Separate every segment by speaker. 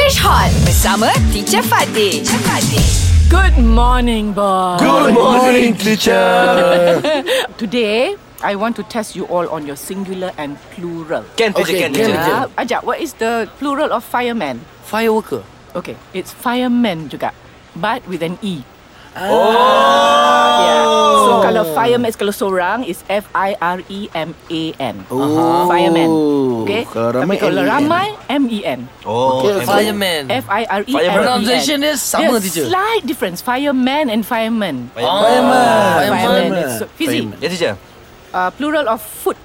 Speaker 1: Fresh Hot bersama Teacher Fatih. Teacher Fatih.
Speaker 2: Good morning, boss.
Speaker 3: Good morning, teacher.
Speaker 2: Today, I want to test you all on your singular and plural.
Speaker 4: Can teacher,
Speaker 3: Okay,
Speaker 4: can teacher.
Speaker 3: can.
Speaker 2: Yeah. Ajak, what is the plural of fireman?
Speaker 4: Fire worker.
Speaker 2: Okay, it's fireman juga. But with an E.
Speaker 3: Oh.
Speaker 2: Yeah. So kalau fireman is kalau seorang is F I R E M A N. Uh-huh.
Speaker 3: Oh.
Speaker 2: Fireman. Okay.
Speaker 3: Kalau ramai,
Speaker 2: Tapi kalau
Speaker 3: M E N.
Speaker 2: ramai M E N.
Speaker 3: Oh,
Speaker 4: Okay, fireman.
Speaker 2: F I R E M A N.
Speaker 4: Fireman. Pronunciation dia sama,
Speaker 2: There's
Speaker 4: teacher.
Speaker 2: Slight difference. Fireman and fireman.
Speaker 4: Oh,
Speaker 3: Fireman.
Speaker 2: Fireman.
Speaker 3: Fireman.
Speaker 2: It's so, Fizi,
Speaker 3: Fireman.
Speaker 4: Ya teacher.
Speaker 2: uh, plural of foot.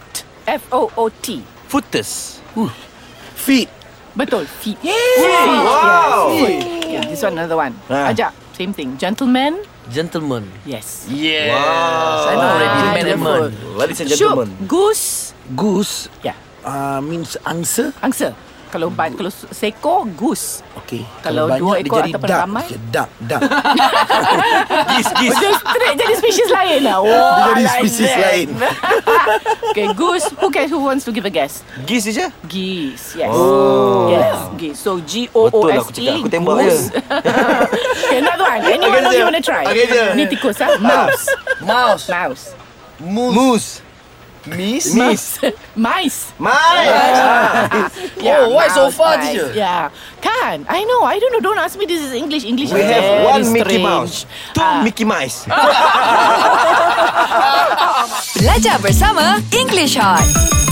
Speaker 2: F O O T.
Speaker 4: Footers.
Speaker 3: Feet.
Speaker 2: Betul. Feet. Feet.
Speaker 4: Wow.
Speaker 2: Yes, foot. Okay, this one another one.
Speaker 3: Ah.
Speaker 2: Ajak. Same thing. Gentleman.
Speaker 4: Gentleman.
Speaker 2: Yes.
Speaker 3: Yeah.
Speaker 4: Wow. I know already.
Speaker 2: Wow.
Speaker 4: Gentleman. Ladies and gentlemen.
Speaker 2: Shook. Goose.
Speaker 3: Goose
Speaker 2: Yeah.
Speaker 3: uh, means angsa.
Speaker 2: Angsa. Kalau ba-
Speaker 4: Mm.
Speaker 2: kalau seekor goose.
Speaker 3: Okay.
Speaker 2: Kalau dua
Speaker 3: banyak, dia
Speaker 2: ekor
Speaker 3: jadi
Speaker 2: ataupun
Speaker 3: duck.
Speaker 2: ramai?
Speaker 3: Okay, duck, duck.
Speaker 4: Gis, gis.
Speaker 2: Dia straight jadi spesies lain lah. Oh,
Speaker 3: Dia jadi
Speaker 2: like
Speaker 3: spesies
Speaker 2: that.
Speaker 3: lain.
Speaker 2: Okay, goose. Who can who wants to give a guess?
Speaker 4: Gis teacher.
Speaker 2: Geese. Yes. Oh. Yes. Geese. So G O O
Speaker 4: Betul
Speaker 2: S
Speaker 4: lah aku
Speaker 2: E.
Speaker 4: cakap. Aku tembak
Speaker 2: goose.
Speaker 4: dia.
Speaker 2: Okay, another one. Anyone
Speaker 3: Okay,
Speaker 2: okay, you
Speaker 3: je.
Speaker 2: want to try?
Speaker 3: Okay, je.
Speaker 2: Ni tikus ah. Mouse.
Speaker 4: Mouse.
Speaker 2: Mouse.
Speaker 4: Moose. Miss.
Speaker 2: Mice. Mice.
Speaker 4: Oh, why
Speaker 2: mouse,
Speaker 4: so far,
Speaker 2: mice.
Speaker 4: teacher?
Speaker 2: Yeah. Can. I know. I don't know. Don't ask me this is English. English
Speaker 4: We
Speaker 2: is
Speaker 4: have
Speaker 2: very
Speaker 4: one Mickey
Speaker 2: strange.
Speaker 4: Mouse. Two
Speaker 2: Ah.
Speaker 4: Mickey Mice.
Speaker 1: Belajar bersama English Hot.